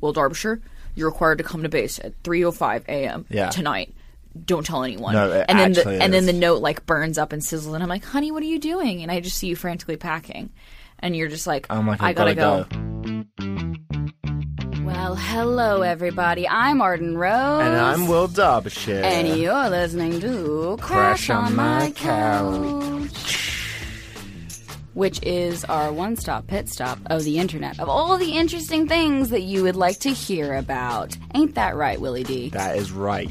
well, Derbyshire, you're required to come to base at 3:05 a.m. Yeah. tonight. Don't tell anyone. No, it and then the, actually and then is. the note like burns up and sizzles, and I'm like, honey, what are you doing? And I just see you frantically packing, and you're just like, Oh my god, I gotta, go. go. Well, hello, everybody. I'm Arden Rose. And I'm Will Derbyshire. And you're listening to Crash, on, My Couch. Which is our one stop pit stop of the internet of all the interesting things that you would like to hear about. Ain't that right, Willie D? That is right.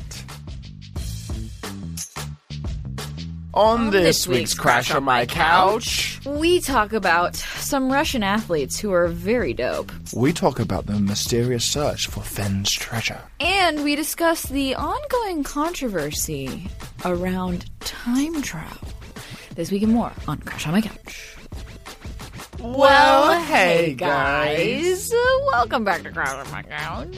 On this week's Crash on My Couch, We talk about some Russian athletes who are very dope, we talk about the mysterious search for Finn's treasure. and we discuss the ongoing controversy around time travel. This week and more on Crash on My Couch. Well, hey guys, welcome back to Crash on My Couch.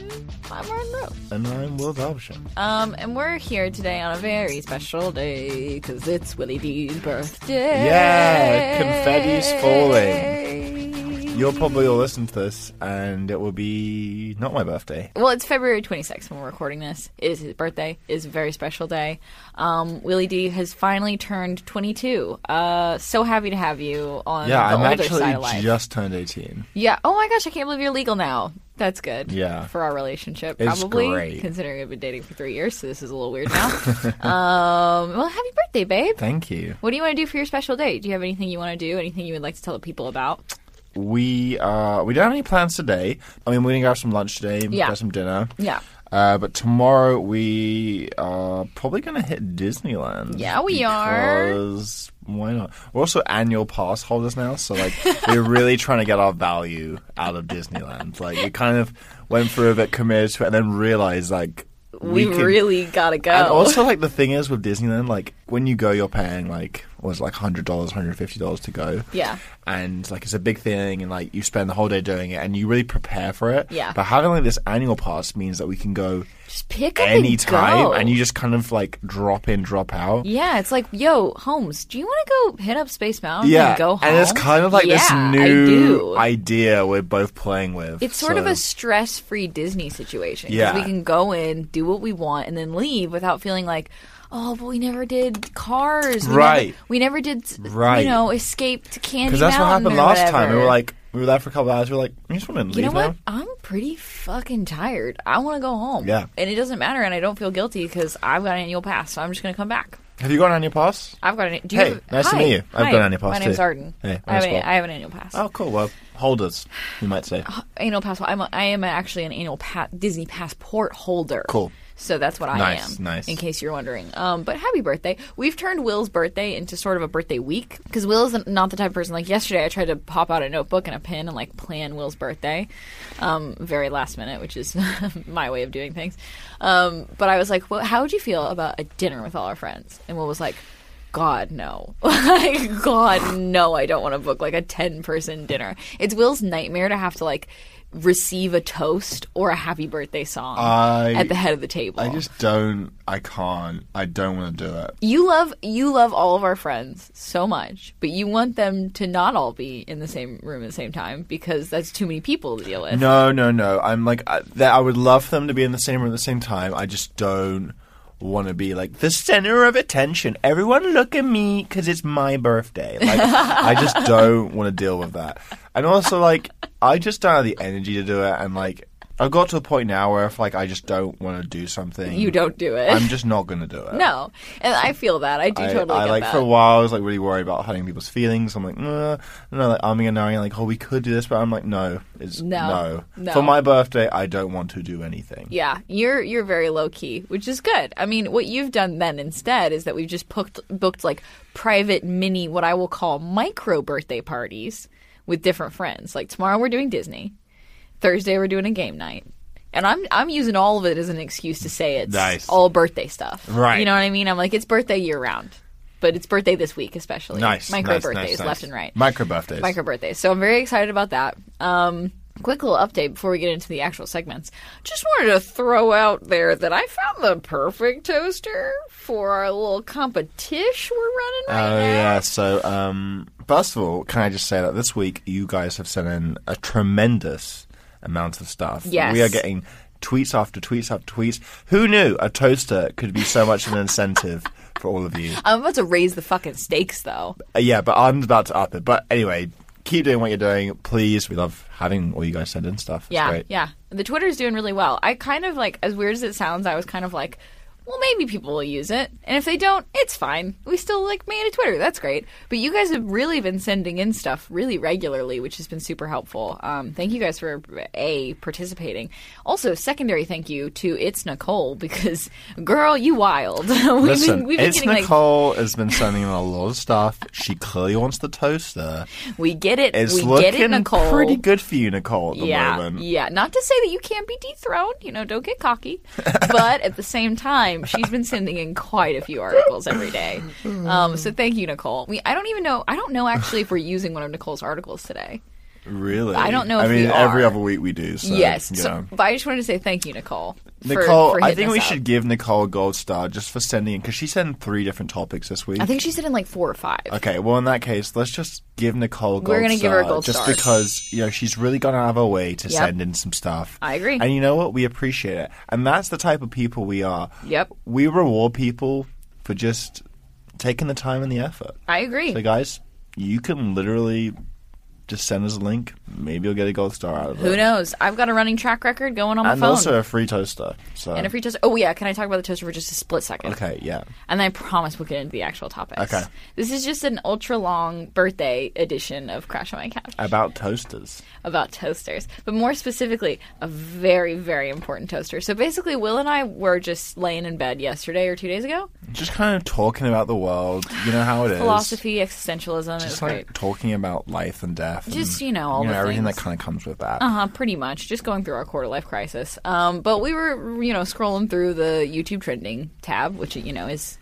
I'm Arden Rose. And I'm Will Derbyshire. Um, and we're here today on a very special day because it's Willie D's birthday. Yeah, confetti's falling. falling. You'll probably all listen to this, and it will be not my birthday. Well, it's February 26th when we're recording this. It is his birthday. It is a very special day. Um, Willie D has finally turned 22. Uh, so happy to have you on Yeah, Um, the I'm older side of actually life. just turned 18. yeah. Oh my gosh, I can't believe you're legal now. That's good. Yeah. For our relationship, It's probably great. considering we've been dating for three years, so this is a little weird now. um, well, happy birthday, babe. Thank you. What do you want to do for your special day? Do you have anything you want to do? Anything you would like to tell the people about? We uh, we don't have any plans today. I mean, we're gonna grab some lunch today, Yeah. grab some dinner. Yeah. Uh, but tomorrow we are probably going to hit Disneyland. Yeah, we are. Because why not? We're also annual pass holders now, so like we're really trying to get our value out of Disneyland. like we kind of went through a bit committed to it, and then realized like We, can- really gotta go. And also, like the thing is with Disneyland, like when you go, you're paying like was like hundred dollars, hundred fifty dollars to go. Yeah. and like it's a big thing, and like you spend the whole day doing it, and you really prepare for it. Yeah. But having like this annual pass means that we can go just pick up any and time, go. and you just kind of like drop in, drop out. yeah, it's like, yo, Holmes, do you want to go hit up Space Mountain and go home? and it's kind of like Yeah, this I new do. idea we're both playing with. it's sort of so- a stress-free Disney situation. 'cause Yeah. we can go in, do what we want, and then leave without feeling like, oh, but we never did cars. We Right. Never, we never did, Right. you know, escape to Candy because that's what Mountain happened or last time. We whatever. were like, we were there for a couple hours. We were like, we just want to leave You know now. what? I'm pretty fucking tired. I want to go home. Yeah. And it doesn't matter, and I don't feel guilty because I've got an annual pass, so I'm just going to come back. Have you got an annual pass? I've got an. Do you Hey, have- nice to Hi. meet you. I've Hi. got an annual pass My name's too. Arden. Hey, I my have, name's an, Paul. I have an annual pass. Oh, cool. Well, holders, you might say. Annual pass. I'm a, I am actually an annual pa- Disney passport holder. Cool. So that's what I Nice, am. nice. In case you're wondering. Um, but happy birthday. We've turned Will's birthday into sort of a birthday week because Will is not the type of person. Like yesterday, I tried to pop out a notebook and a pen and like plan Will's birthday, um, very last minute, which is my way of doing things. Um, but I was like, well, how would you feel about a dinner with all our friends? And Will was like. God no. like God no, I don't want to book like a 10 person dinner. It's Will's nightmare to have to like receive a toast or a happy birthday song I- at the head of the table. I just don't. I can't. I don't want to do it. you love you love all of our friends so much, but you want them to not all be in the same room at the same time because that's too many people to deal with. No, no, no. I'm like I, that. I would love for them to be in the same room at the same time. I just don't want to be like the center of attention. Everyone look at me because it's my birthday. Like I just don't want to deal with that. And also, like I just don't have the energy to do it. And like I've got to a point now where if like I just don't want to do something, You don't do it. I'm just not gonna do it. no. And I feel that. I do I, totally I, get like that. for a while I was like really worried about hurting people's feelings. I'm like, nah. and I like arming and knowing like, oh, we could do this, but I'm like, no, it's no. No. No. For my birthday, I don't want to do anything. Yeah, you're you're very low key, which is good. I mean, what you've done then instead is that we've just booked booked like private mini, what I will call micro birthday parties with different friends. Like tomorrow we're doing Disney, Thursday we're doing a game night, and I'm I'm using all of it as an excuse to say it's Nice. all birthday stuff. Right. You know what I mean? I'm like it's birthday year round, but it's birthday this week especially. Nice. micro nice, birthdays nice, nice. left and right Micro birthdays. micro birthdays. So I'm very excited about that. Um, quick little update before we get into the actual segments. Just wanted to throw out there that I found the perfect toaster for our little competition we're running Oh right now. yeah. So um, first of all, can I just say that this week you guys have sent in a tremendous amount of stuff. Yes. We are getting tweets after tweets after tweets. Who knew a toaster could be so much of an incentive for all of you? I'm about to raise the fucking stakes, though. Uh, yeah, but I'm about to up it. But anyway, keep doing what you're doing, please. We love having all you guys send in stuff. It's Yeah, great. yeah. The Twitter's doing really well. I kind of like, as weird as it sounds, I was kind of like, well, maybe people will use it, and if they don't, it's fine. We still like made a Twitter. That's great. But you guys have really been sending in stuff really regularly, which has been super helpful. Um, thank you guys for a participating. Also, secondary thank you to it's Nicole because girl, you wild. we've been- Listen, we've been it's getting, like- Nicole has been sending in a lot of stuff. She clearly wants the toaster. we get it. It's we looking get it, Nicole. pretty good for you, Nicole, at the yeah, moment. Yeah, not to say that you can't be dethroned, you know, don't get cocky. but at the same time, she's been sending in quite a few articles every day. Um, so thank you, Nicole. We I don't even know I don't know actually if we're using one of Nicole's articles today. Really? I don't know I if mean, we every are. other week we do. So, yes. Yeah. So, but I just wanted to say thank you, Nicole. for- Nicole, for I hitting think us we up. should give Nicole a gold star just for sending in because she sent three different topics this week. I think she said in like four or five. Okay, well, in that case, let's just give Nicole a gold We're gonna give her a star, gold just star. because you know she's really gone out of her way to Yep. send in some stuff. I agree. and you know what? We appreciate it, and that's the type of people we are. Yep. we reward people for just taking the time and the effort. I agree. So, guys, you can literally just send us a link. Maybe you'll get a gold star out of Who it, knows? I've got a running track record going on my and phone. also a free toaster. So, and a free toaster. Oh yeah, can I talk about the toaster for just a split second? okay, yeah, And then I promise we'll get into the actual topics. Okay. This is just an ultra long birthday edition of Crash on My Couch about toasters. about toasters, but more specifically, a very, very important toaster. So basically, Will and I were just laying in bed yesterday or two days ago. Just kind of talking about the world. You know how it is. Philosophy, existentialism, it was Just great. like talking about life and death. Just, and, you know, all the everything things. that kind of comes with that. Uh huh. Pretty much, just going through our quarter life crisis. Um, but we were, you know, scrolling through the YouTube trending tab, which you know is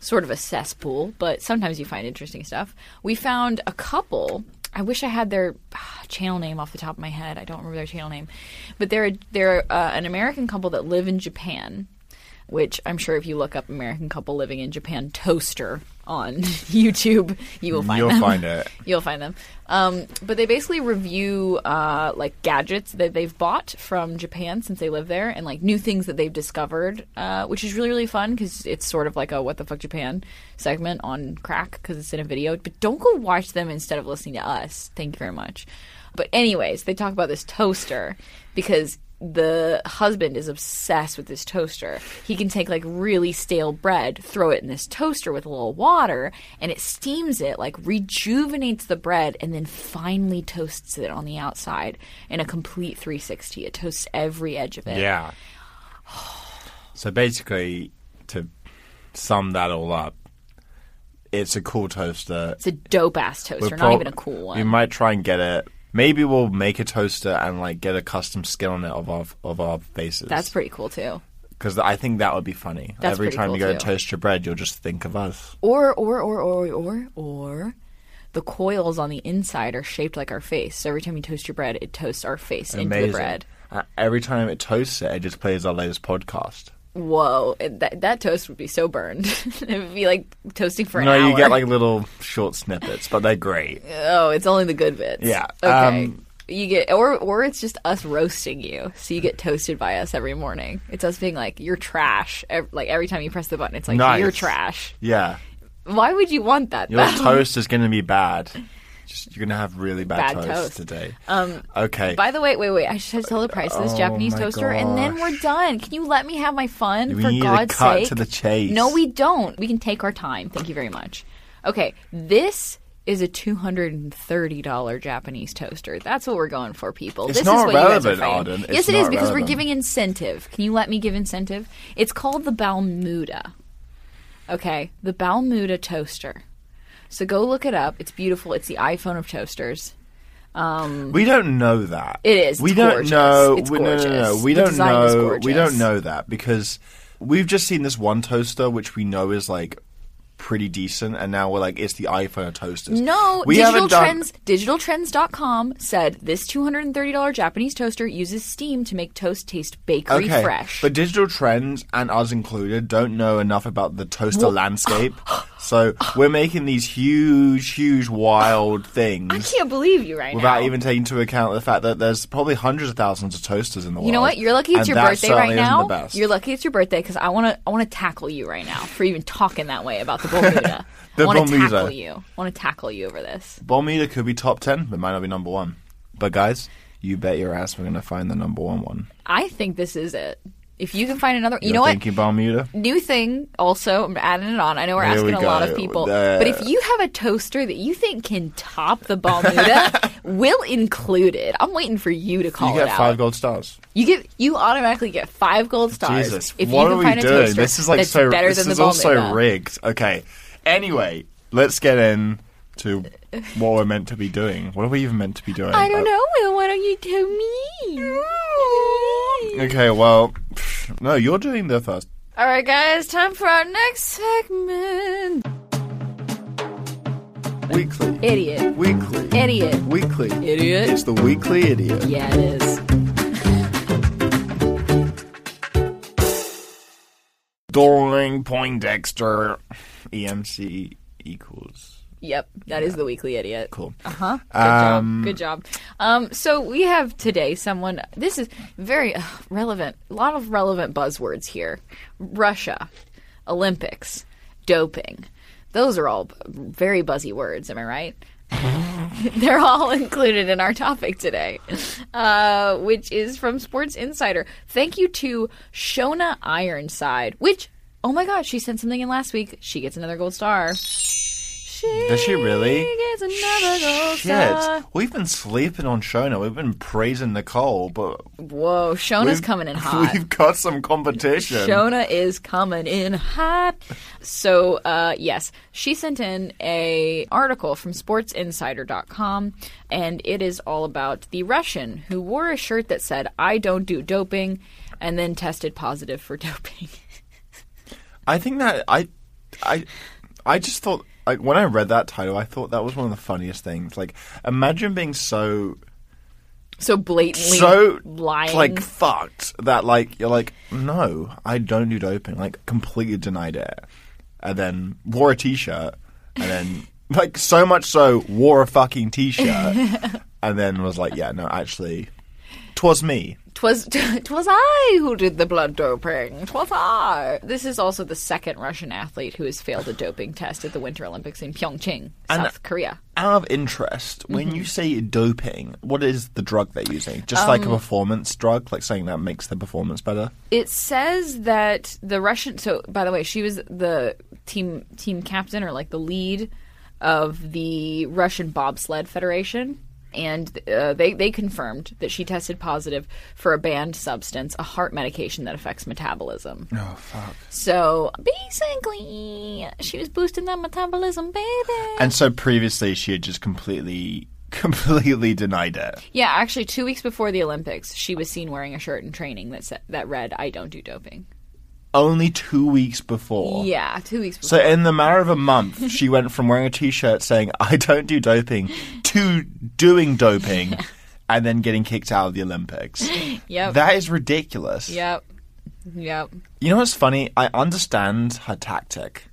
sort of a cesspool, but sometimes you find interesting stuff. We found a couple. I wish I had their ah, channel name off the top of my head. I don't remember their channel name, but they're they're uh, an American couple that live in Japan. Which I'm sure if you look up American couple living in Japan toaster on YouTube, you will find You'll them. find it. You'll find them. Um, but they basically review uh, like gadgets that they've bought from Japan since they live there, and like new things that they've discovered, uh, which is really really fun because it's sort of like a "What the fuck Japan" segment on crack because it's in a video. But don't go watch them instead of listening to us. Thank you very much. But anyways, they talk about this toaster because the husband is obsessed with this toaster. He can take like really stale bread, throw it in this toaster with a little water, and it steams it, like rejuvenates the bread, and then finely toasts it on the outside in a complete 360. It toasts every edge of it. Yeah. So basically, to sum that all up, It's a cool toaster. It's a dope ass toaster, We're not prob- even a cool We one. might try and get it. Maybe we'll make a toaster and like get a custom skin on it of our of our faces. That's pretty cool too. because I think that would be funny. That's Every pretty time cool you go to too. toast your bread, you'll just think of us. Or, or, or, or, or, or. The coils on the inside are shaped like our face. So every time you toast your bread, it toasts our face into the bread. Uh, every time it toasts it, it just plays our latest podcast. Whoa, it- that that toast would be so burned. it would be like toasting for an no, hour. you get like little short snippets, but they're great. oh, it's only the good bits. Yeah, Okay. um, you get or or it's just us roasting you. So you get toasted by us every morning. It's us being like you're trash. Ev- like every time you press the button, it's like Nice. you're trash. Yeah. Why would you want that? Your though? toast is going to be bad. Just, you're going to have really bad, Bad toast, toast. Um, today. okay. By the way, wait, wait. I should tell the price of this Oh Japanese my toaster, and then we're gosh. done. Can you let me have my fun? We for need to God's cut sake. to the chase. No, we don't. We can take our time. Thank you very much. Okay, this is a two hundred and thirty dollar Japanese toaster. That's what we're going for, people. It's this is not what you guys relevant, are fighting. Arden. It's yes, it is not because we're relevant. giving incentive. Can you let me give incentive? It's called the Balmuda. Okay, the Balmuda toaster. So go look it up. It's beautiful. It's the iPhone of toasters. we don't know that. It is. We It's don't gorgeous. know. It's we, no, no, no, no. gorgeous. We The don't design is know. We gorgeous. don't know that because we've just seen this one toaster, which we know is like pretty decent, and now we're like, it's the iPhone of toasters. No, we Digital haven't done- Trends digitaltrends.com said this $230 Japanese toaster uses steam to make toast taste bakery Okay, fresh. but digital trends and us included don't know enough about the toaster landscape, So we're making these huge, huge, wild I things can't believe you right without now. even taking into account the fact that there's probably hundreds of thousands of toasters in the world. you know what? You're lucky it's And your that birthday certainly right isn't now. The best. You're lucky it's your birthday because I want to. I want to tackle you right now for even talking that way about the Bermuda. The I want to Bermuda. tackle you. I want to tackle you over this. Bonita could be top ten, but might not be number one. But guys, you bet your ass we're gonna find the number one one. I think this is it. If you can find another, you You're know what? thinking Bermuda? New thing, also, I'm adding it on. I know we're Here we asking a lot go. of people. Uh, but if you have a toaster that you think can top the Balmuda, we'll include it. I'm waiting for you to call You it get out. five gold stars. You get you automatically get five gold stars Jesus, if what you can are we find a doing? toaster This is like that's so. better This than is the also Balmuda. rigged. Okay. Anyway, let's get in to what we're meant to be doing. What are we even meant to be doing? I don't Uh, know, Will. Why don't you tell me? Uh, Okay. Well, pff, no, you're doing the first. All right, guys, time for our next segment. Weekly. Idiot. Weekly. Idiot. Weekly. Idiot. It's the weekly idiot. Yeah, it is. Doring Poindexter. EMC E equals. Yep, that is the weekly idiot. Cool. Huh? Good Um, job. Good job. Um, so we have today someone. This is very uh, relevant. A lot of relevant buzzwords here: Russia, Olympics, doping. Those are all b- very buzzy words. Am I right? They're all included in our topic today, uh, which is from Sports Insider. Thank you to Shona Ironside, which, oh my gosh, she sent something in last week. She gets another gold star. She Does she really? gets another gold star. Shit. We've been sleeping on Shona. We've been praising Nicole, but Whoa, Shona's we've- coming in hot. We've got some competition. Shona is coming in hot. So, uh, yes, she sent in a article from sportsinsider.com and it is all about the Russian who wore a shirt that said I don't do doping and then tested positive for doping. I think that I, I, I just thought like when I read that title, I thought that was one of the funniest things. Like, imagine being so so blatantly so lying. like fucked that like you're like no, I don't do doping. Like completely denied it, and then wore a t-shirt, and then like so much so wore a fucking t-shirt, and then was like, yeah, no, actually, twas me. Twas, twas I who did the blood doping. Twas I. This is also the second Russian athlete who has failed a doping test at the Winter Olympics in Pyeongchang, And- South Korea. Out of interest, when Mm-hmm. you say doping, what is the drug they're using? Just like Um, a performance drug, like saying that makes the performance better. It says that the Russian. So, by the way, she was the team team captain or like the lead of the Russian bobsled federation, and uh, they they confirmed that she tested positive for a banned substance, a heart medication that affects metabolism. Oh fuck! So basically, she was boosting that metabolism, baby. And so previously, she had just completely, completely denied it. Yeah, actually, two weeks before the Olympics, she was seen wearing a shirt in training that said, that read "I don't do doping." Only two weeks before. Yeah, two weeks before. So in the matter of a month, she went from wearing a T-shirt saying "I don't do doping" to doing doping, and then getting kicked out of the Olympics. yep, That is ridiculous. yep, yep. You know what's funny? I understand her tactic.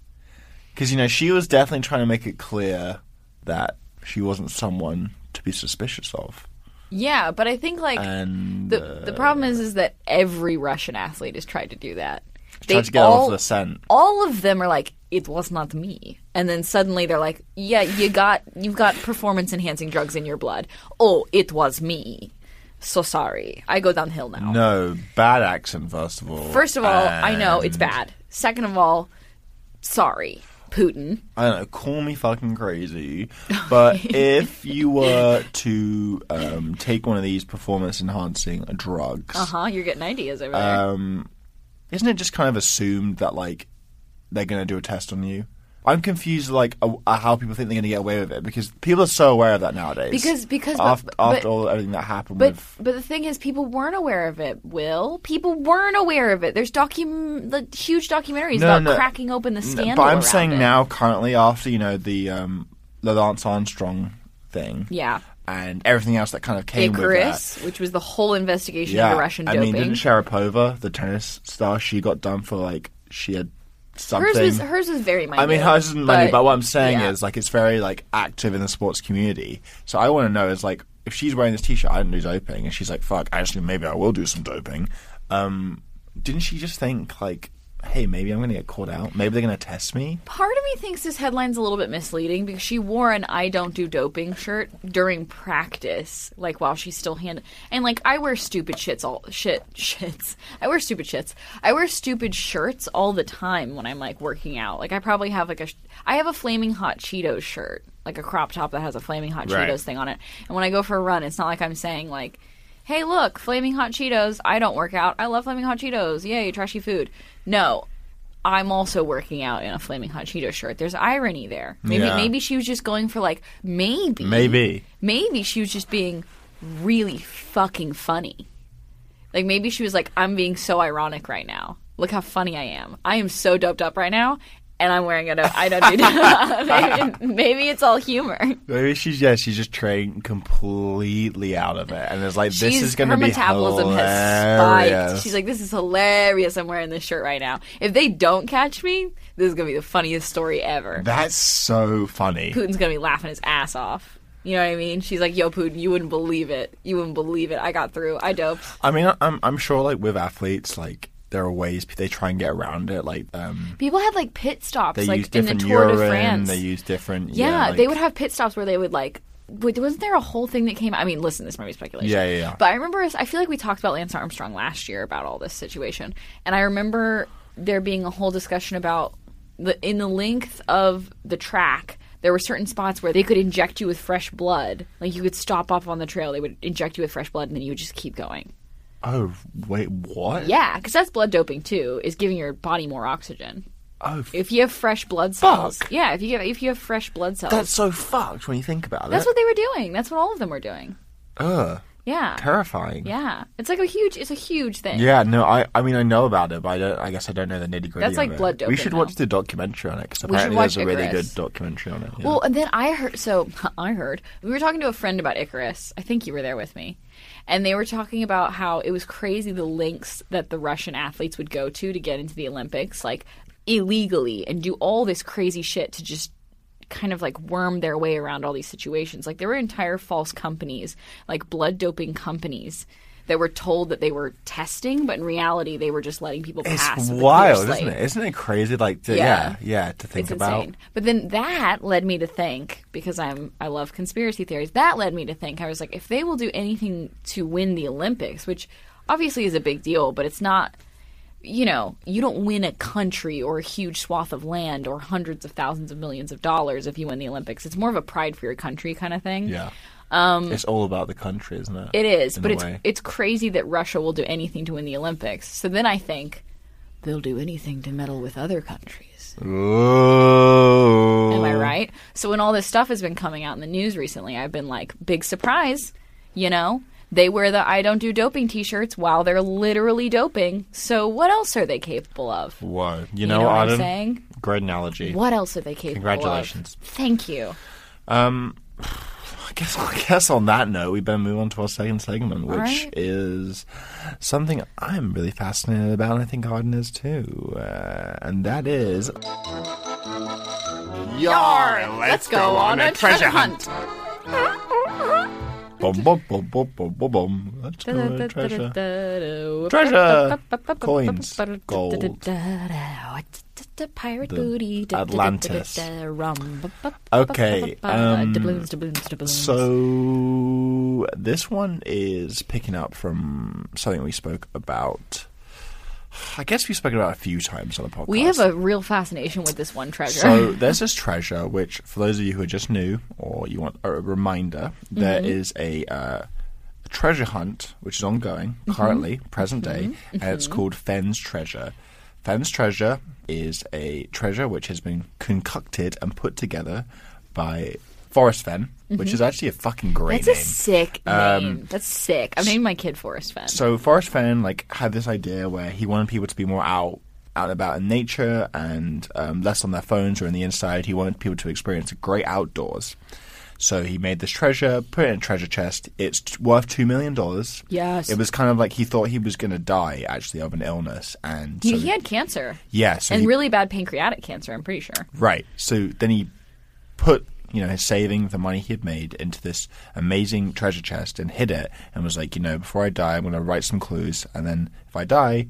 Because, you know, she was definitely trying to make it clear that she wasn't someone to be suspicious of. Yeah, but I think like And the the problem is is that every Russian athlete has tried to do that. They tried to get all, off the scent. all of them are like, "It was not me," and then suddenly they're like, "Yeah, you got you've got performance enhancing drugs in your blood." Oh, it was me. So sorry. I go downhill now. No, bad accent, first of all. First of all, I know it's And, bad. Second of all, sorry, Putin. I don't know, call me fucking crazy. But if you were to um, take one of these performance enhancing drugs, Uh huh. You're getting ideas over there. um, isn't it just kind of assumed that like they're going to do a test on you? I'm confused, like uh, uh, how people think they're going to get away with it because people are so aware of that nowadays. Because- because- but- after, but- after all everything that happened but with but the thing is, people weren't aware of it. Will people weren't aware of it? There's docu the huge documentaries No, about no. cracking open the No, scandal. but I'm around saying it. now, currently, after you know the um, the Lance Armstrong thing, Yeah. and everything else that kind of came Icarus, with which was the whole that, investigation yeah. into Russian I doping. mean, didn't Sharapova, the tennis star, she got done for like she had something. Hers was hers was very minor. I mean, hers isn't money, but, what I'm saying is, like, it's very like active in the sports community. So I want to know is like, if she's wearing this T-shirt, I didn't do doping, and she's like, "Fuck, actually, maybe I will do some doping." Um, didn't she just think like, "Hey, maybe I'm going to get called out. Maybe they're going to test me." part of me thinks this headline's a little bit misleading because she wore an "I don't do doping" shirt during practice, like while she's still hand and like I wear stupid shits all shit shits. I wear stupid shits. I wear stupid shirts all the time when I'm like working out. Like I probably have like a sh- I have a flaming hot Cheetos shirt, like a crop top that has a flaming hot Right. Cheetos thing on it. And when I go for a run, it's not like I'm saying like. Hey, look, flaming hot Cheetos. I don't work out. I love flaming hot Cheetos. Yay, trashy food. No, I'm also working out in a flaming hot Cheeto shirt. There's irony there. Maybe Yeah. maybe she was just going for like maybe Maybe. maybe she was just being really fucking funny. Like maybe she was like I'm being so ironic right now. Look how funny I am. I am so doped up right now and I'm wearing it. I don't do that. maybe, maybe it's all humor. Maybe she's yeah, she's just trained completely out of it, and it's like this She's- is going her to be metabolism has hilarious. spiked. She's like, this is hilarious. I'm wearing this shirt right now. If they don't catch me, this is gonna be the funniest story ever. That's so funny. Putin's gonna be laughing his ass off. You know what I mean? She's like, "Yo, Putin, you wouldn't believe it. You wouldn't believe it. I got through. I doped." I mean, I- I'm I'm sure like with athletes, like there are ways they try and get around it. Like um, People had like pit stops, they use like in the different Tour urine, de France. they use different. yeah, like- they would have pit stops where they would like. Wait, wasn't there a whole thing that came? I mean, listen, this might be speculation. Yeah, yeah, yeah. But I remember, I feel like we talked about Lance Armstrong last year about all this situation, and I remember there being a whole discussion about the in the length of the track. There were certain spots where they could inject you with fresh blood. Like you could stop off on the trail, they would inject you with fresh blood, and then you would just keep going. Oh wait, what? Yeah, because that's blood doping too. Is giving your body more oxygen. Oh, f- If you have fresh blood cells, Fuck. yeah. If you have, if you have fresh blood cells, that's so fucked when you think about That's it. what they were doing. That's what all of them were doing. Ugh, Yeah. terrifying. Yeah. It's like a huge it's a huge thing. Yeah, no, I, I mean I know about it, but I don't. I guess I don't know the nitty gritty. That's like it. blood We doping, should though. watch the documentary on it because should apparently watch there's a really Icarus. good documentary on it. yeah. Well, and then I heard so I heard we were talking to a friend about Icarus. I think you were there with me. And they were talking about how it was crazy the lengths that the Russian athletes would go to to get into the Olympics like illegally and do all this crazy shit to just kind of like worm their way around all these situations. Like there were entire false companies, like blood doping companies that were told that they were testing, but in reality they were just letting people pass. with it's a clear wild, slate. isn't it? Isn't it crazy? Like, to, Yeah. yeah. yeah, to think It's about. insane. But then that led me to think because I'm I love conspiracy theories. That led me to think I was like, if they will do anything to win the Olympics, which obviously is a big deal, but it's not. You know, you don't win a country or a huge swath of land or hundreds of thousands of millions of dollars if you win the Olympics. It's more of a pride for your country kind of thing. Yeah. it's all about the country, isn't it? Um, It is, In but a it's way. it's crazy that Russia will do anything to win the Olympics. So then I think they'll do anything to meddle with other countries. Ooh. Am I right? So when all this stuff has been coming out in the news recently, I've been like, big surprise, you know? They wear the I don't do doping t shirts while they're literally doping. So what else are they capable of? Whoa. You, know know, what I'm Adam, saying? Great analogy. What else are they capable of? Congratulations. Thank you. I guess I guess on that note, we better move on to our second segment, which right. is something I'm really fascinated about, and I think Arden is too, uh, and that is. Yar, let's go on a treasure hunt. Bum, bum, bum, bum, bum, bum, bum. Let's go on a treasure. Treasure. Treasure. Coins. Gold. Pirate The booty. Atlantis. Rum. Okay, um, Doubloons, doubloons, doubloons. So this one is picking up from something we spoke about. I guess we've spoken about it a few times on the podcast. We have a real fascination with this one treasure. so there's this treasure, which for those of you who are just new or you want a reminder, there Mm-hmm. is a uh, treasure hunt which is ongoing Mm-hmm. currently, present day, and it's called Fenn's Treasure. Fenn's Treasure is a treasure which has been concocted and put together by Forrest Fenn, which is actually a fucking great Mm-hmm. That's name. a sick name. That's sick. I'm naming my kid Forrest Fenn. Um, So Forrest Fenn like had this idea where he wanted people to be more out out and about in nature and um, less on their phones or in the inside. He wanted people to experience a great outdoors. So he made this treasure, put it in a treasure chest. It's t- worth $2 million. Yes. It was kind of like he thought he was going to die, actually, of an illness. And He, so he had cancer yeah, so and he- really bad pancreatic cancer. I'm pretty sure. Right. So then he put, you know, his saving, the money he had made, into this amazing treasure chest and hid it and was like, you know, before I die, I'm going to write some clues. And then if I die,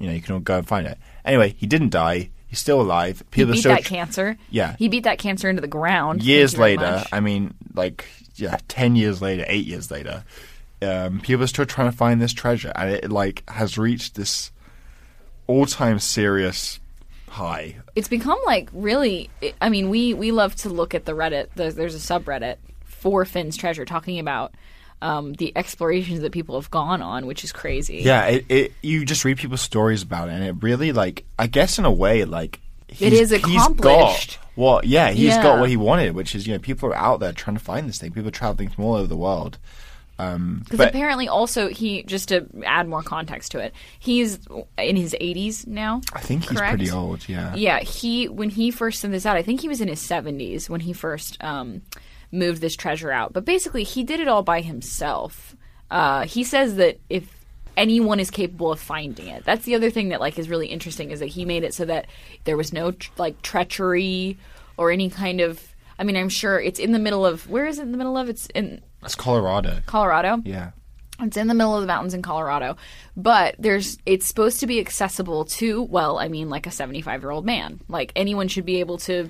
you know, you can all go and find it. Anyway, he didn't die. He's still alive. He People are beat still that cancer. Yeah. He beat that cancer into the ground. Thank years you very later, much. I mean, like, yeah, 10 years later, 8 years later, um, people are still trying to find this treasure. And it, like, has reached this all time serious high. it's become like really i mean we we love to look at the reddit there's, there's a subreddit for finn's treasure talking about um, the explorations that people have gone on which is crazy Yeah, it, it you just read people's stories about it, and it really like I guess in a way like he's, is accomplished. He's got what? Yeah, he's Yeah. got what he wanted, which is you know people are out there trying to find this thing. People are traveling from all over the world. because but- apparently also he just to add more context to it he's in his 80s now I think he's Correct. pretty old. Yeah. yeah he when he first sent this out i think he was in his 70s when he first um, moved this treasure out but basically he did it all by himself uh, he says that if anyone is capable of finding it that's the other thing that like is really interesting is that he made it so that there was no tr- like treachery or any kind of i mean i'm sure it's in the middle of where is it in the middle of it's in that's Colorado. colorado Yeah, it's in the middle of the mountains in Colorado, but there's it's supposed to be accessible to well, I mean like a 75-year-old man. Like anyone should be able to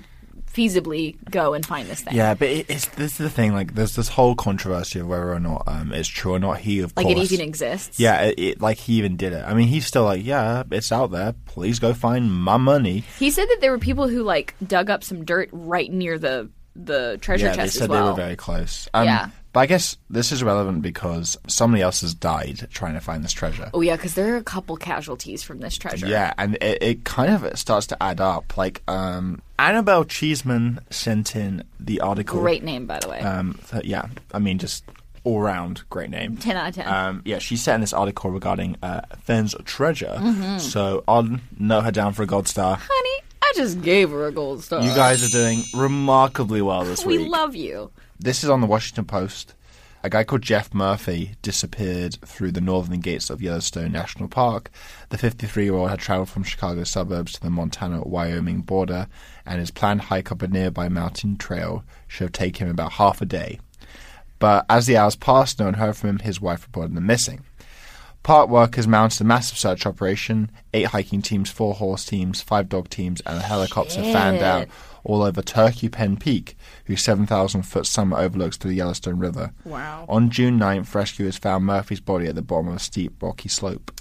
feasibly go and find this thing. yeah, but it, it's this is the thing. Like, there's this whole controversy of whether or not um it's true or not. He of like course, it even exists. Yeah, it, it, like he even did it. I mean, he's still like, yeah, it's out there. Please go find my money. He said that there were people who like dug up some dirt right near the the treasure yeah, chest they said as well. they were very close. Um, Yeah. But I guess this is relevant because somebody else has died trying to find this treasure. oh yeah, cuz there are a couple casualties from this treasure. Yeah, and it, it kind of starts to add up. Like, um, Annabelle Cheeseman sent in the article. Great name by the way. Um, th- yeah, I mean, just all round great name. 10 out of 10. Um, yeah, she sent in this article regarding uh, Fenn's treasure. Mm-hmm. So I'll note her down for a gold star. Honey, I just gave her a gold star. You guys are doing remarkably well this we week. love you. This is on the Washington Post. A guy called Jeff Murphy disappeared through the northern gates of Yellowstone National Park. The 53 year old had traveled from Chicago suburbs to the Montana Wyoming border, and his planned hike up a nearby mountain trail should have taken him about half a day. But as the hours passed, no one heard from him, his wife reported him missing. Park workers mounted a massive search operation. Eight hiking teams, four horse teams, five dog teams, and a helicopter fanned out all over Turkey Pen Peak, whose 7,000 foot summit overlooks the Yellowstone River. Wow. On June 9th, rescuers found Murphy's body at the bottom of a steep, rocky slope.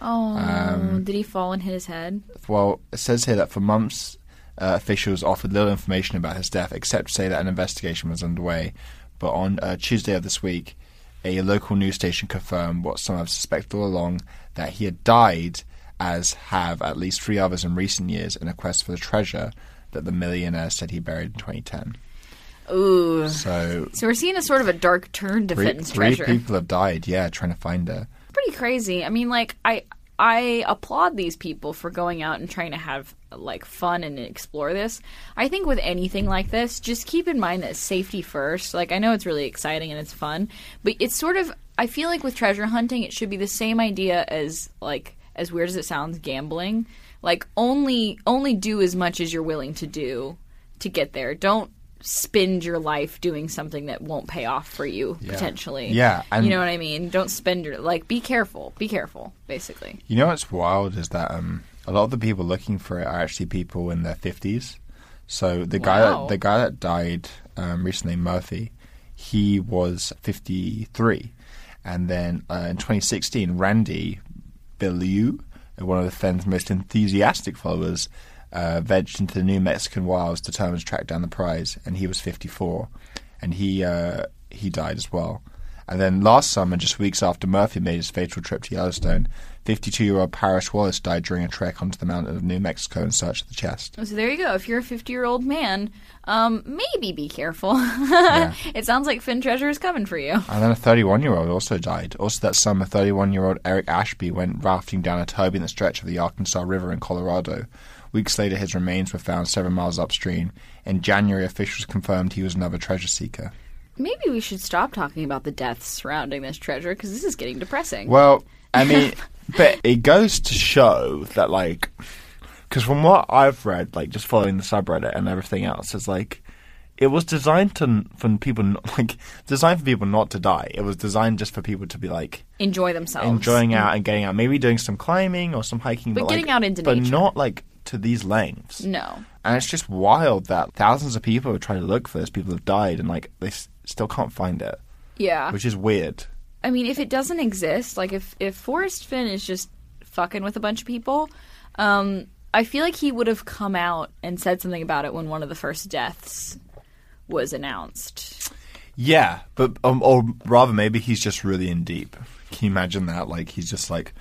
Oh, Um, did he fall and hit his head? Well, it says here that for months, uh, officials offered little information about his death, except to say that an investigation was underway. But on uh, Tuesday of this week, a local news station confirmed what some have suspected all along that he had died, as have at least three others in recent years, in a quest for the treasure that the millionaire said he buried in 2010. Ooh. So, So we're seeing a sort of a dark turn to three, Fenton's three treasure. people have died, yeah, trying to find her. Pretty crazy. I mean, like I I applaud these people for going out and trying to have like fun and explore this. I think with anything like this, just keep in mind that safety first. Like I know it's really exciting and it's fun, but it's sort of I feel like with treasure hunting, it should be the same idea as like as weird as it sounds, gambling. Like only only do as much as you're willing to do to get there. Don't spend your life doing something that won't pay off for you potentially. Yeah, and- you know what I mean. Don't spend your like. Be careful. Be careful. Basically, You know what's wild is that um, a lot of the people looking for it are actually people in their fifties. So the guy Wow. that, the guy that died um, recently, Murphy, he was fifty three, and then uh, in twenty sixteen, Randy Billieu, one of the Fenn's most enthusiastic followers, uh, ventured into the New Mexican wilds determined to track down the prize, and he was fifty four, and he uh, he died as well. And then last summer, just weeks after Murphy made his fatal trip to Yellowstone, 52 year old Parrish Wallace died during a trek onto the mountain of New Mexico in search of the chest. so there you go. If you're a 50 year old man, um, maybe be careful. It sounds like Finn Treasure is coming for you. And then a 31 year old also died. Also, that summer, 31 year old Eric Ashby went rafting down a turbulent stretch of the Arkansas River in Colorado Weeks later, his remains were found seven miles upstream. In January, officials confirmed he was another treasure seeker. Maybe we should stop talking about the deaths surrounding this treasure because this is getting depressing. Well, I mean, but it goes to show that, like, because from what I've read, like, just following the subreddit and everything else, is like, it was designed to for people not, like designed for people not to die. It was designed just for people to be like Enjoy themselves. enjoying out and getting out, maybe doing some climbing or some hiking, But but, like, getting out into but nature. Mm. not like to these lengths. No. And it's just wild that thousands of people are trying to look for this. People have died, and like they s- still can't find it, Yeah. which is weird. I mean, if it doesn't exist, like if if Forrest Finn is just fucking with a bunch of people, um, I feel like he would have come out and said something about it when one of the first deaths was announced. Yeah, but um, or rather, maybe he's just really in deep. Can you imagine that? Like he's just like,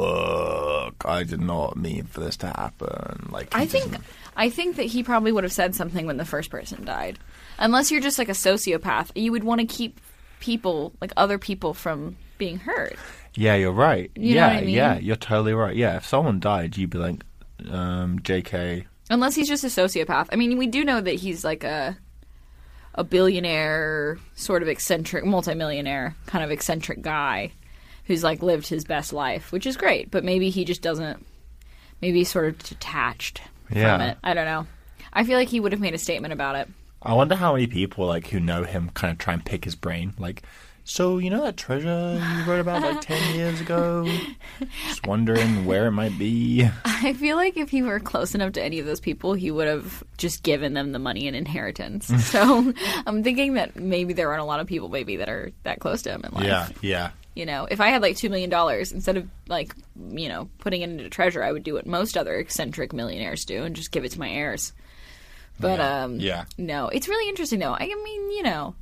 "Fuck, I did not mean for this to happen." Like he I think doesn't- I think that he probably would have said something when the first person died. Unless you're just like a sociopath, you would want to keep people, like other people from being hurt. Yeah, you're right. You know yeah, what I mean? yeah, you're totally right. Yeah, if someone died, you'd be like, um, "JK." Unless he's just a sociopath. I mean, we do know that he's like a a billionaire, sort of eccentric, multimillionaire kind of eccentric guy who's like lived his best life, which is great, but maybe he just doesn't maybe he's sort of detached Yeah. from it. I don't know. I feel like he would have made a statement about it. I wonder how many people like who know him kind of try and pick his brain. Like, so you know that treasure you wrote about like ten years ago? Just wondering where it might be. I feel like if he were close enough to any of those people, he would have just given them the money and inheritance. so I'm thinking that maybe there aren't a lot of people maybe that are that close to him in life. yeah. You know, if I had like two million dollars, instead of like you know putting it into treasure, I would do what most other eccentric millionaires do and just give it to my heirs. But Yeah. um, Yeah. no, it's really interesting though. I mean, you know,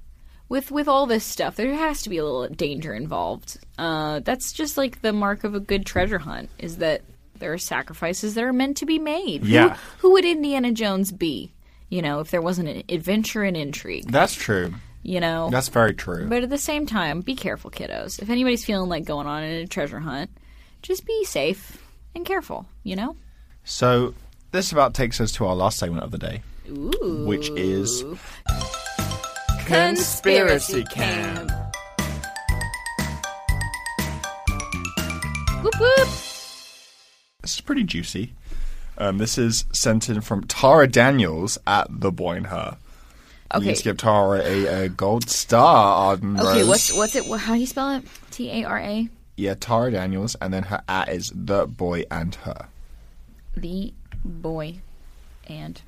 with with all this stuff, there has to be a little danger involved. Uh, that's just like the mark of a good treasure hunt is that there are sacrifices that are meant to be made. Who- Yeah. who would Indiana Jones be? You know, if there wasn't an adventure and intrigue, That's true. you know, That's very true. but at the same time, be careful, kiddos. If anybody's feeling like going on a treasure hunt, just be safe and careful, you know? So this about takes us to our last segment of the day, Ooh. which is Conspiracy Camp. Whoop whoop. this is pretty juicy. Um, this is sent in from Tara Daniels at the Boy and Her. You Okay. need to give Tara a, a gold star, Arden Okay, Rose. what's what's it? wha- How do you spell it? T A R A? Yeah, Tara Daniels, and then her at is the boy and her. The boy and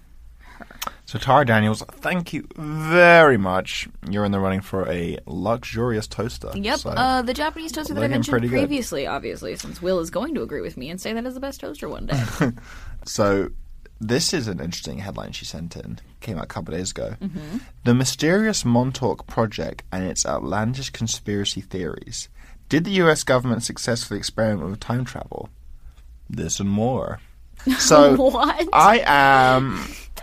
So, Tara Daniels, thank you very much. You're in the running for a luxurious toaster. Yep, So, uh, the Japanese toaster that I looking pretty mentioned good. previously, obviously, since Will is going to agree with me and say that is the best toaster one day. so this is an interesting headline she sent in. Came out a couple of days ago. Mm-hmm. The mysterious Montauk Project and its outlandish conspiracy theories. Did the U.S. government successfully experiment with time travel? This and more. So uh, What? I am.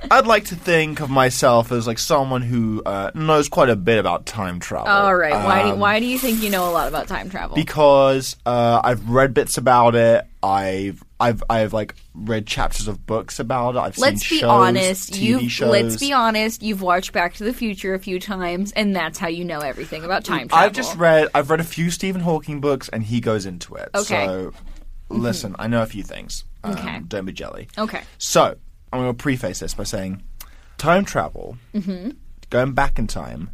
I'd like to think of myself as like someone who uh, knows quite a bit about time travel. All right, why, do, Um, why do you think you know a lot about time travel? because uh, I've read bits about it. I've I've I've like read chapters of books about it. I've let's seen be shows, honest. TV You shows. let's be honest. You've watched Back to the Future a few times, and that's how you know everything about time travel. I've just read I've read a few Stephen Hawking books, and he goes into it. Okay. So listen, I know a few things. Um, Okay. Don't be jelly. Okay. So I'm going to preface this by saying, time travel, Mm-hmm. going back in time.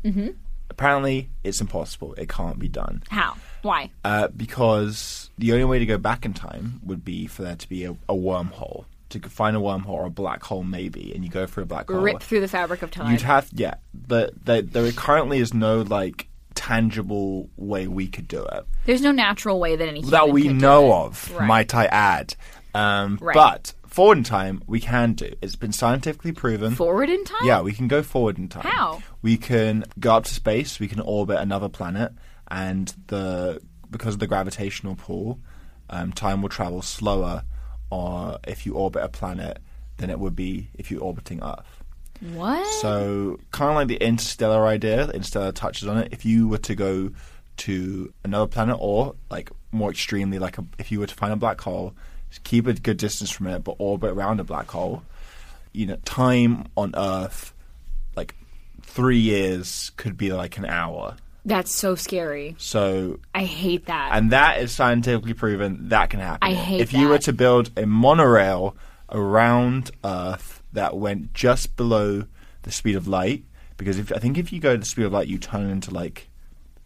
Apparently, it's impossible. It can't be done. How? Why? Uh, because the only way to go back in time would be for there to be a, a wormhole to find a wormhole or a black hole maybe and you go for a black hole Rip through the fabric of time. Oh. you'd have yeah the, the, there currently is no like tangible way we could do it There's no natural way that any human that we could do know it. of Right. might i add um, Right. but forward in time we can do it's been scientifically proven Forward in time. yeah, we can go forward in time. How? We can go up to space. We can orbit another planet, and the because of the gravitational pull, um, time will travel slower, or if you orbit a planet, than it would be if you're orbiting Earth. What? So kind of like the interstellar idea. that Interstellar touches on it. If you were to go to another planet, or like more extremely, like a, if you were to find a black hole, keep a good distance from it, but orbit around a black hole. You know, time on Earth, like three years, could be like an hour. That's so scary. So, I hate that. and that is scientifically proven that can happen. I hate If you were that. to build a monorail around Earth that went just below the speed of light, because if I think if you go to the speed of light, you turn into like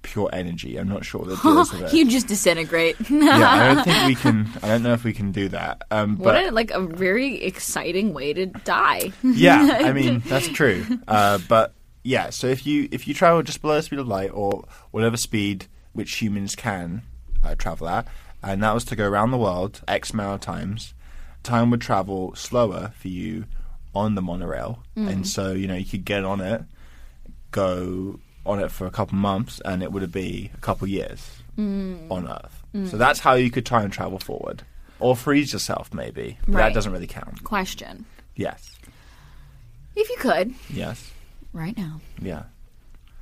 pure energy. I'm not sure what the deal is with it. You just disintegrate. yeah, I don't think we can. I don't know if we can do that. Um, what but a, like a very exciting way to die. yeah, I mean that's true. Uh, but yeah, so if you if you travel just below the speed of light or whatever speed which humans can uh, travel at, and that was to go around the world x amount of times, time would travel slower for you on the monorail, and so you know you could get on it, go on it for a couple months, and it would be a couple years on Earth. So that's how you could time travel forward. Or freeze yourself, maybe. But That Right. doesn't really count. Question. Yes. If you could, Yes. right now, Yeah.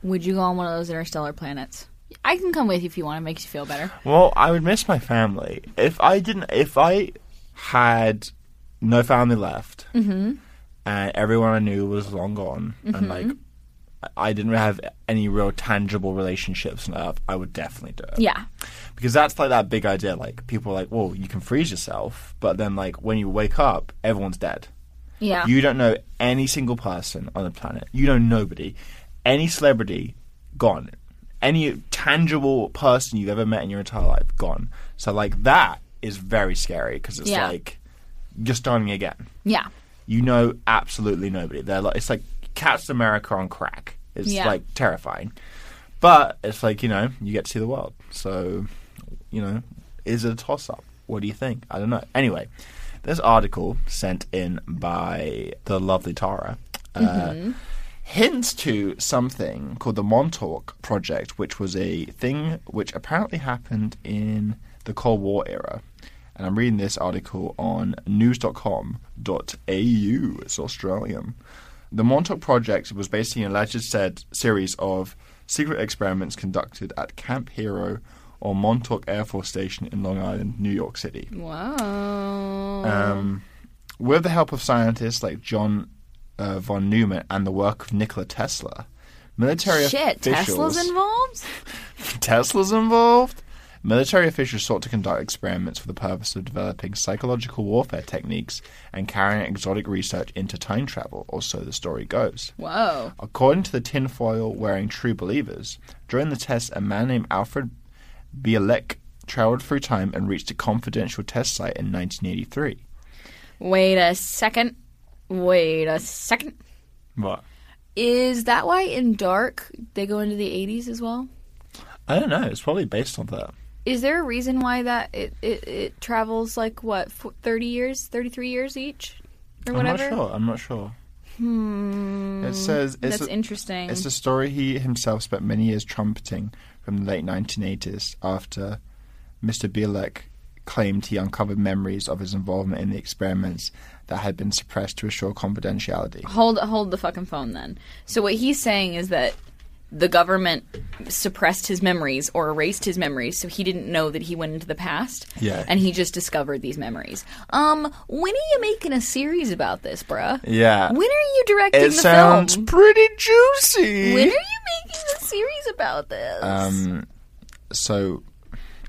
would you go on one of those interstellar planets? I can come with you if you want. It makes you feel better. Well, I would miss my family if I didn't. If I had no family left, and everyone I knew was long gone, and like I- I didn't have any real tangible relationships on Earth, I would definitely do it. Yeah. because that's like that big idea. Like people are like, "Well, you can freeze yourself," but then like when you wake up, everyone's dead. Yeah. You don't know any single person on the planet. You know nobody. Any celebrity, gone. Any tangible person you've ever met in your entire life, gone. So, like, that is very scary because it's Yeah. like you're starting again. yeah. You know absolutely nobody. They're like, it's like Captain America on crack. It's Yeah. like terrifying. But it's like, you know, you get to see the world. So, you know, is it a toss up? What do you think? I don't know. Anyway, this article sent in by the lovely Tara uh, hints to something called the Montauk Project, which was a thing which apparently happened in the Cold War era. And I'm reading this article on news.com.au. It's Australian. The Montauk Project was basically an alleged said series of secret experiments conducted at Camp Hero or Montauk Air Force Station in Long Island, New York City. Whoa. Um, with the help of scientists like John uh, von Neumann and the work of Nikola Tesla, military Shit, officials Tesla's involved? Tesla's involved. Military officials sought to conduct experiments for the purpose of developing psychological warfare techniques and carrying exotic research into time travel, or so the story goes. Whoa. According to the tinfoil wearing true believers, during the test, a man named Alfred Bielek traveled through time and reached a confidential test site in 1983. Wait a second. Wait a second. What? Is that why in Dark they go into the 80s as well? I don't know. It's probably based on that. Is there a reason why that it, it, it travels like what f- 30 years, 33 years each or I'm not whatever? Mm, sure. I'm not sure. Hmm. It says it's That's a- interesting. It's a story he himself spent many years trumpeting from the late 1980s after Mr. Bielek claimed he uncovered memories of his involvement in the experiments that had been suppressed to assure confidentiality. hold hold the fucking phone then. So what he's saying is that the government suppressed his memories or erased his memories so he didn't know that he went into the past. Yeah. And he just discovered these memories. Um when are you making a series about this, bruh? Yeah. When are you directing It the sounds film? pretty juicy. When are you making a series about this? Um, so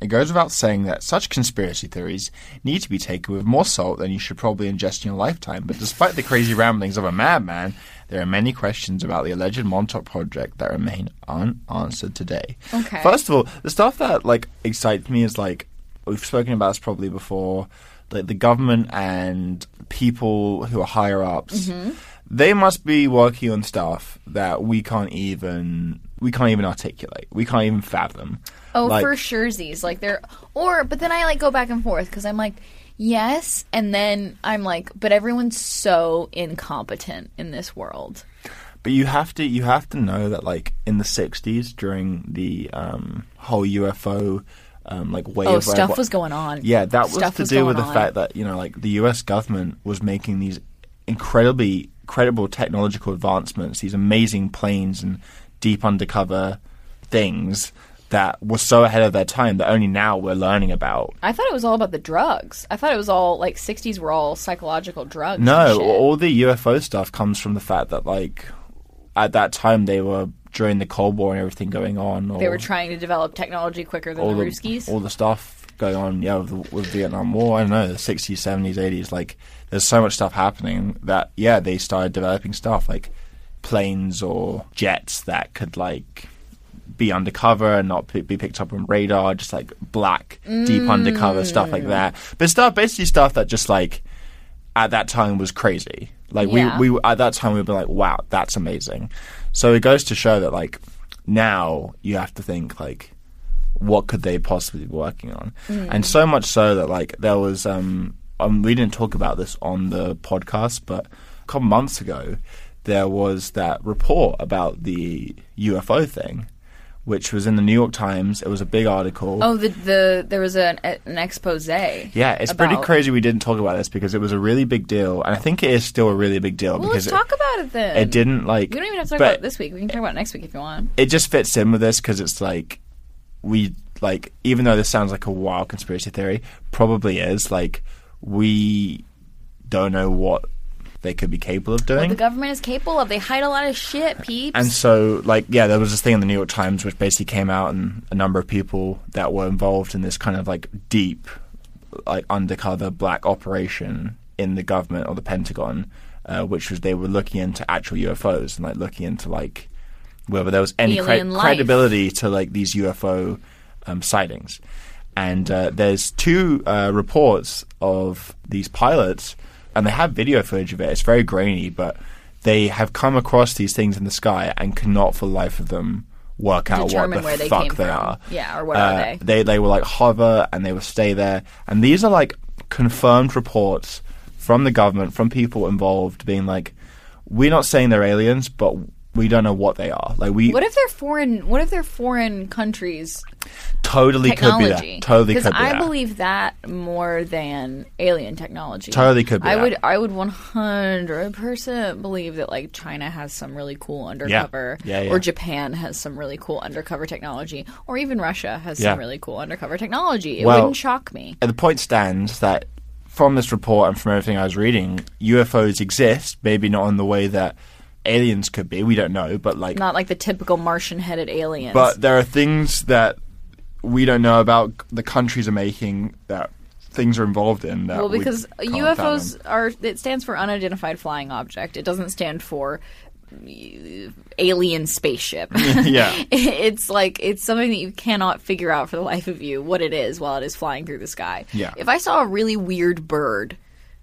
it goes without saying that such conspiracy theories need to be taken with more salt than you should probably ingest in your lifetime. But despite the crazy ramblings of a madman, there are many questions about the alleged Montauk project that remain unanswered today. Okay. First of all, the stuff that like excites me is like we've spoken about this probably before. Like the government and people who are higher ups, Mm-hmm. they must be working on stuff that we can't even we can't even articulate. We can't even fathom. Oh, Like- for surezies. Like they're or but then I like go back and forth because I'm like, yes, and then I'm like, but everyone's so incompetent in this world. But you have to you have to know that like in the '60s during the um, whole UFO um, like wave, Oh, of- stuff was going on. Yeah, that was Stuff to was do with going the on. fact that you know like the U.S. government was making these incredibly credible technological advancements, these amazing planes and deep undercover things that were so ahead of their time that only now we're learning about. I thought it was all about the drugs. I thought it was all like 60s were all psychological drugs. and No, shit. all the UFO stuff comes from the fact that like at that time they were during the Cold War and everything going on. Or they were trying to develop technology quicker than all the, Ruskies. all the stuff going on, yeah, with the, with Vietnam War. I don't know, the sixties, seventies, eighties. Like, there's so much stuff happening that yeah, they started developing stuff like planes or jets that could like be undercover and not p- be picked up on radar, just like black, deep undercover stuff Mm. like that. But stuff, basically stuff that just like at that time was crazy. Like Yeah. we, we at that time we'd be like, wow, that's amazing. So it goes to show that like now you have to think like what could they possibly be working on? Mm. And so much so that like there was um, um we didn't talk about this on the podcast, but a couple months ago there was that report about the UFO thing, which was in the New York Times. It was a big article. Oh, the, the there was an an expose. Yeah, it's pretty about- crazy we didn't talk about this because it was a really big deal, and I think it is still a really big deal well, let's because it, talk about it then. it didn't like. We don't even have to talk but about it this week. We can talk about it next week if you want. it just fits in with this because it's like we like even though this sounds like a wild conspiracy theory probably is like we don't know what they could be capable of doing The government is capable of. They hide a lot of shit, peeps. and so like yeah there was this thing in the new york times which basically came out and a number of people that were involved in this kind of like deep like undercover black operation in the government or the pentagon uh, which was they were looking into actual ufos and like looking into like whether there was any cre- Alien life. credibility to like these ufo um, sightings and uh, there's two uh, reports of these pilots and they have video footage of it it's very grainy but they have come across these things in the sky and cannot for the life of them work out Determine what where the they fuck came they from. are. Uh, Yeah, or what are they? They they will like hover and they will stay there. And these are like confirmed reports from the government, from people involved, being like, we're not saying they're aliens, but we don't know what they are. Like we What if they're foreign? What if they're foreign countries totally could be technology? that. Totally could because be I that. believe that more than alien technology. Totally could be I that. would. I would one hundred percent believe that like China has some really cool undercover, Yeah, yeah. or Japan has some really cool undercover technology, or even Russia has Yeah. some really cool undercover technology. It Well- wouldn't shock me. And the point stands that from this report and from everything I was reading, UFOs exist, maybe not in the way that aliens could be, we don't know, but like Not like the typical Martian-headed aliens. But there are things that we don't know about the countries are making that things are involved in. That Well, we because can't UFOs fathom. are it stands for unidentified flying object. It doesn't stand for uh, alien spaceship. yeah, it's like it's something that you cannot figure out for the life of you what it is while it is flying through the sky. Yeah. If I saw a really weird bird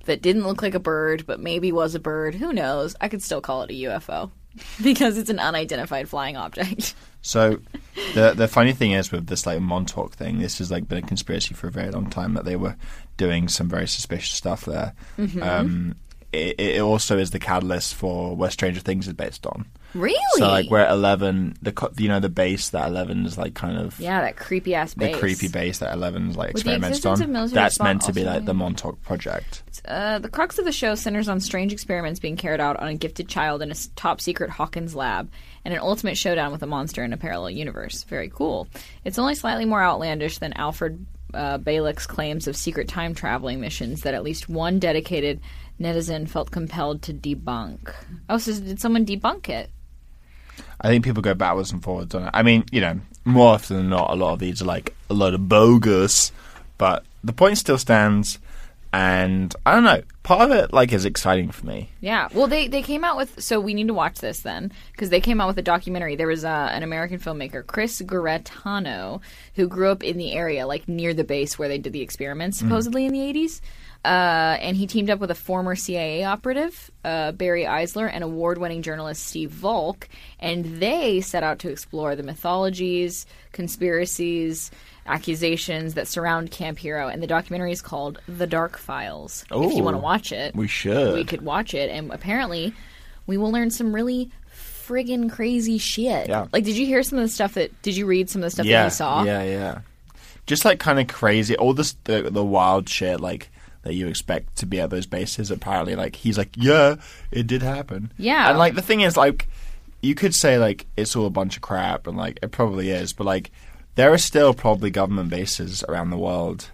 that didn't look like a bird but maybe was a bird, who knows? I could still call it a UFO because it's an unidentified flying object. So the the funny thing is with this like Montauk thing, this has like been a conspiracy for a very long time that they were doing some very suspicious stuff there. Mm-hmm. Um, it, it also is the catalyst for where Stranger Things is based on. Really? So like where Eleven, the co- you know the base that Eleven is like kind of yeah, that creepy ass the base. creepy base that Eleven's like the experimented existence of on. military That's spy meant to be also like the Montauk project. Uh, the crux of the show centers on strange experiments being carried out on a gifted child in a top secret Hawkins lab and an ultimate showdown with a monster in a parallel universe. Very cool. It's only slightly more outlandish than Alfred uh, Balick's claims of secret time traveling missions that at least one dedicated netizen felt compelled to debunk. Oh, so did someone debunk it? I think people go backwards and forwards on it. I mean, you know, more often than not, a lot of these are like a load of bogus, but the point still stands. And I don't know, part of it like is exciting for me. Yeah. Well, they they came out with so we need to watch this then because they came out with a documentary. There was uh, an American filmmaker, Chris Garetano, who grew up in the area, like near the base where they did the experiments, supposedly in the eighties. Uh, and he teamed up with a former CIA operative, uh, Barry Eisler, and award-winning journalist Steve Volk, and they set out to explore the mythologies, conspiracies, accusations that surround Camp Hero. And the documentary is called "The Dark Files." if you Ooh. want to watch it, We should. we could watch it, and apparently, we will learn some really friggin' crazy shit. Yeah. Like, did you hear some of the stuff that? Did you read some of the stuff that you saw? yeah, yeah. Just like kind of crazy, all this the, the wild shit like that you expect to be at those bases. Apparently, like he's like, yeah, it did happen. Yeah. and like the thing is, like you could say like it's all a bunch of crap, and like it probably is, but like. there are still probably government bases around the world,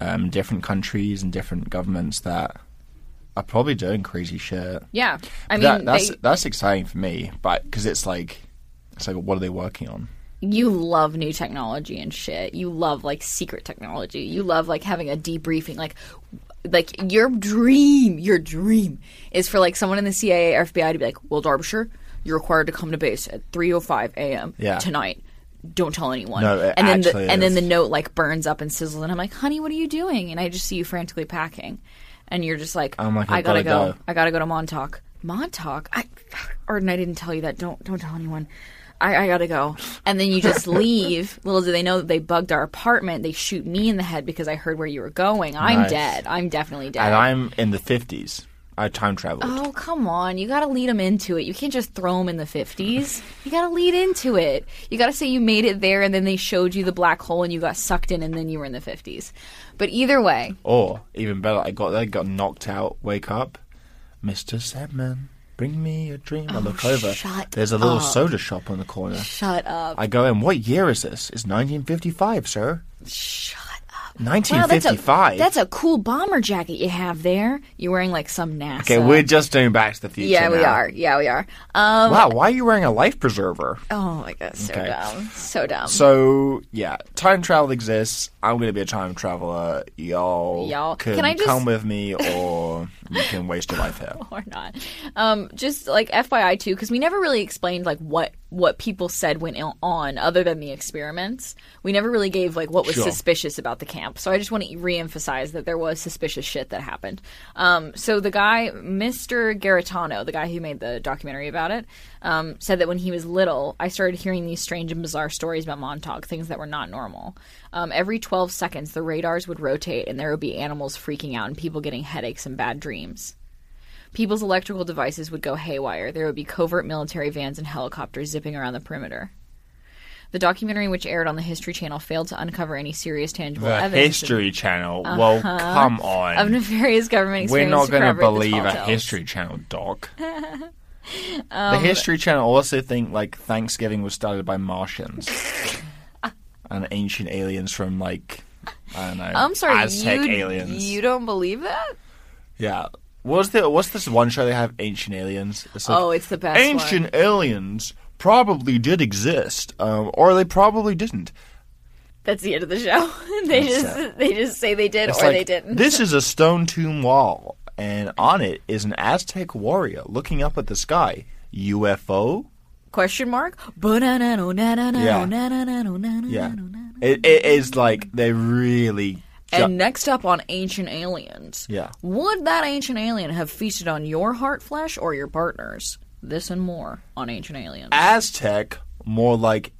um, different countries and different governments that are probably doing crazy shit. Yeah. I mean, that, that's they- that's exciting for me, but because it's like it's like what are they working on? you love new technology and shit. You love like secret technology. You love like having a debriefing like like your dream, your dream is for like someone in the CIA or FBI to be like, "Well, Derbyshire, you're required to come to base at 3:05 a.m. Yeah. tonight. Don't tell anyone." No, it and then the, actually and then is. the note like burns up and sizzles and I'm like, "Honey, what are you doing?" And I just see you frantically packing. And you're just like, I'm like, I "I've gotta, gotta go. go." I gotta go to Montauk. Montauk. I, Arden, I didn't tell you that. Don't don't tell anyone. I, I gotta go. And then you just leave. Little do they know that they bugged our apartment. They shoot me in the head because I heard where you were going. I'm Nice. dead. I'm definitely dead. And I'm in the fifties. I time traveled. Oh come on! You gotta lead them into it. You can't just throw them in the fifties. You gotta lead into it. You gotta say you made it there, and then they showed you the black hole, and you got sucked in, and then you were in the fifties. But either way, Or even better, I got there, got knocked out, wake up, Mister Sandman, bring me a dream. I look over. Oh, shut There's a little soda shop on the corner. shut up. I go in. What year is this? It's 1955, sir. Shut up. Wow, that's a, 1955. that's a cool bomber jacket you have there. You're wearing like some NASA. okay, we're just doing Back to the Future. yeah, we now. are. Yeah, we are. Um, Wow, why are you wearing a life preserver? oh my god, so Okay. dumb, so dumb. So yeah, time travel exists. I'm gonna be a time traveler. Y'all, Y'all- can, can I just- come with me, or you can waste your life here. or not. Um, just like FYI too, because we never really explained like what what people said went il- on other than the experiments. We never really gave like what was Sure. suspicious about the camp. So I just want to reemphasize that there was suspicious shit that happened. Um, so the guy, Mr. Garitano, the guy who made the documentary about it, um, said that when he was little, I started hearing these strange and bizarre stories about Montauk, things that were not normal. Um, every 12 seconds, the radars would rotate, and there would be animals freaking out and people getting headaches and bad dreams. People's electrical devices would go haywire. There would be covert military vans and helicopters zipping around the perimeter. The documentary, which aired on the History Channel, failed to uncover any serious tangible The evidence History Channel. Uh-huh. Well, come on. of nefarious government We're not experience. going to believe the a tall tales. History Channel doc. Um, the History Channel also think like Thanksgiving was started by Martians and ancient aliens from like I don't know. I'm sorry, Aztec you, aliens. you don't believe that? Yeah. What's the what's this one show they have ancient aliens? It's like, Oh, it's the best ancient aliens probably did exist, um, or they probably didn't. That's the end of the show. they That's just they just say they did It's or like, they didn't. This is a stone tomb wall, and on it is an Aztec warrior looking up at the sky. UFO? Question mark? Yeah. Yeah. It, it is like they really. ju- And next up on Ancient Aliens. Yeah. Would that ancient alien have feasted on your heart flesh or your partner's? This and more on Ancient Aliens. Ah. Aztec, more like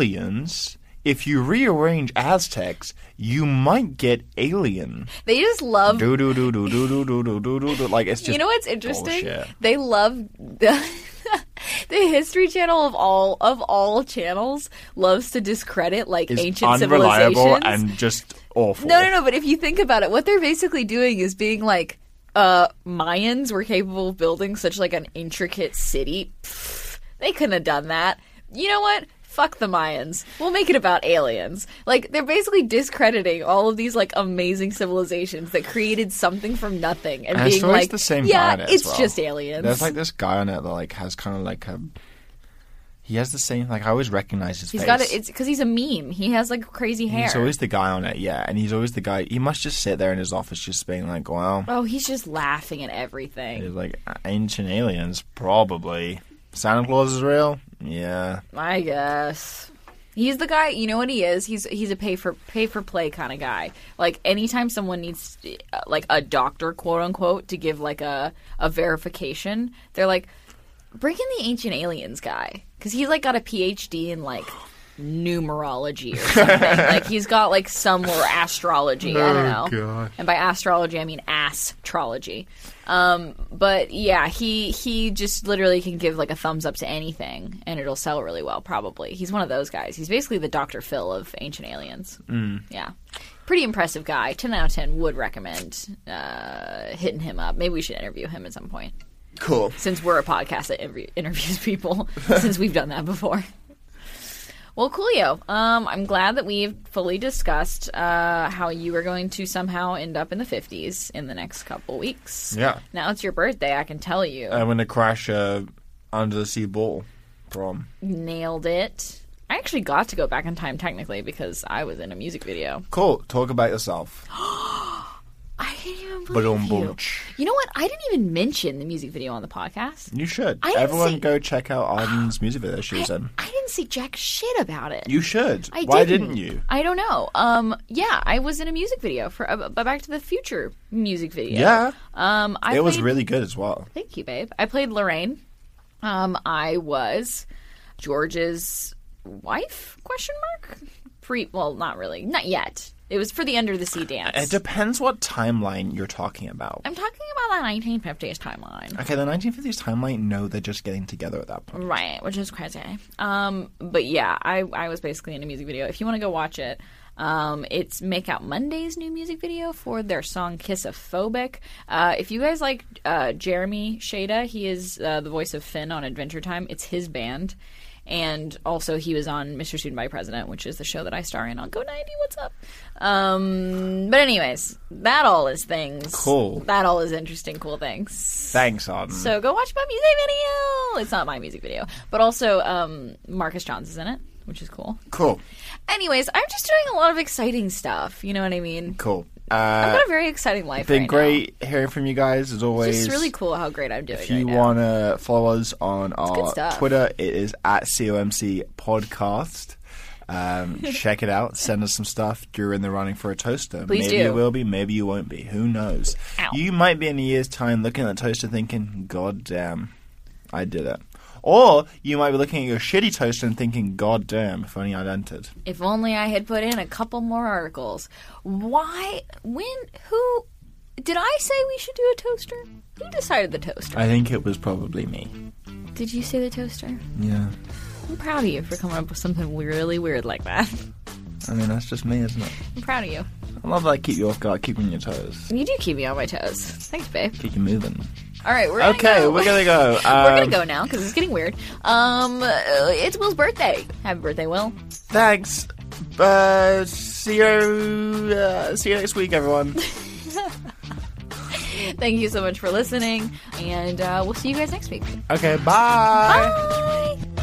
aliens. If you rearrange Aztecs, you might get alien. They just love. Do do do do do do do do do do do. Like it's just you know what's interesting? bullshit. They love the. The History Channel of all of all channels loves to discredit like It's ancient unreliable civilizations. and just awful. No, no, no. But if you think about it, what they're basically doing is being like, uh, Mayans were capable of building such like an intricate city. Pfft, they couldn't have done that. You know what? Fuck the Mayans. We'll make it about aliens. Like they're basically discrediting all of these like amazing civilizations that created something from nothing and, And it's being always like, the same guy yeah, in it as it's well. just aliens. There's like this guy on it that like has kind of like a. He has the same like I always recognize his he's face. got it. It's because he's a meme. He has like crazy hair. He's always the guy on it, yeah, and he's always the guy. He must just sit there in his office, just being like, "Well, oh, he's just laughing at everything. he's like ancient aliens, probably. Santa Claus is real, yeah. I guess. He's the guy. You know what he is? He's he's a pay for pay for play kind of guy. Like anytime someone needs uh, like a doctor, quote unquote, to give like a a verification, they're like, bring in the ancient aliens guy because he's like got a PhD in like numerology or something. like he's got like some or astrology. I don't know. And by astrology, I mean astrology. Um, but yeah, he he just literally can give like a thumbs up to anything, and it'll sell really well. Probably, he's one of those guys. He's basically the Doctor Phil of Ancient Aliens. Mm. Yeah, pretty impressive guy. Ten out of ten would recommend uh, hitting him up. Maybe we should interview him at some point Cool. since we're a podcast that interview- interviews people, since we've done that before. Well, Coolio, um, I'm glad that we've fully discussed uh, how you are going to somehow end up in the 50s in the next couple weeks. Yeah. Uh, Now it's your birthday, I can tell you. I'm gonna crash a under the sea ball prom. Nailed it. I actually got to go back in time technically because I was in a music video. Cool. Talk about yourself. I didn't even believe Boom, you. boom. You know what? I didn't even mention the music video on the podcast. You should. I didn't Everyone see- go check out Arden's music video she was in. I didn't see jack shit about it. You should. I Why didn't. didn't you? I don't know. Um, yeah, I was in a music video for a, a Back to the Future music video. Yeah. Um, I it was played- really good as well. Thank you, babe. I played Lorraine. Um, I was George's wife? Question mark. Pre? Well, not really. Not yet. It was for the Under the Sea dance. Uh, It depends what timeline you're talking about. I'm talking about that 1950s timeline. Okay, the 1950s timeline. No, they're just getting together at that point. Right, which is crazy. Um, but yeah, I, I was basically in a music video. If you want to go watch it, um, it's Make Out Monday's new music video for their song Kissophobic. Uh, if you guys like uh, Jeremy Shada, he is uh, the voice of Finn on Adventure Time. It's his band. And also, he was on Mr. Student by President, which is the show that I star in on Go 90. What's up? Um, but, anyways, that all is things. Cool. That all is interesting, cool things. Thanks, Arden. So go watch my music video. It's not my music video, but also um, Marcus Johns is in it, which is cool. cool. Anyways, I'm just doing a lot of exciting stuff. You know what I mean? Cool. I've Uh, got a very exciting life. right been Now. great hearing from you guys as It's always. just really cool how great I'm doing. If you right now. want to follow us on good our stuff. Twitter, it is at COMC Podcast. Um, check it out. Send us some stuff during the running for a toaster. Please maybe do. you will be, maybe you won't be. Who knows? Ow. You might be in a year's time looking at the toaster thinking, God damn, I did it. Or you might be looking at your shitty toaster and thinking, God damn, if only I'd entered. If only I had put in a couple more articles. Why? When? Who? Did I say we should do a toaster? Who decided the toaster? I think it was probably me. Did you say the toaster? Yeah. I'm proud of you for coming up with something really weird like that. I mean, that's just me, isn't it? I'm proud of you. I love that I keep you off guard, keep you on your toes, You do keep me on my toes. Thanks, babe. keep you moving. All right, we're gonna Okay, go. we're going to go. Um, We're gonna go now because it's getting weird. Um, uh, it's Will's birthday. Happy birthday, Will. Thanks. Uh, see you. Uh, see you next week, everyone. Thank you so much for listening, and uh, we'll see you guys next week. okay, bye. Bye.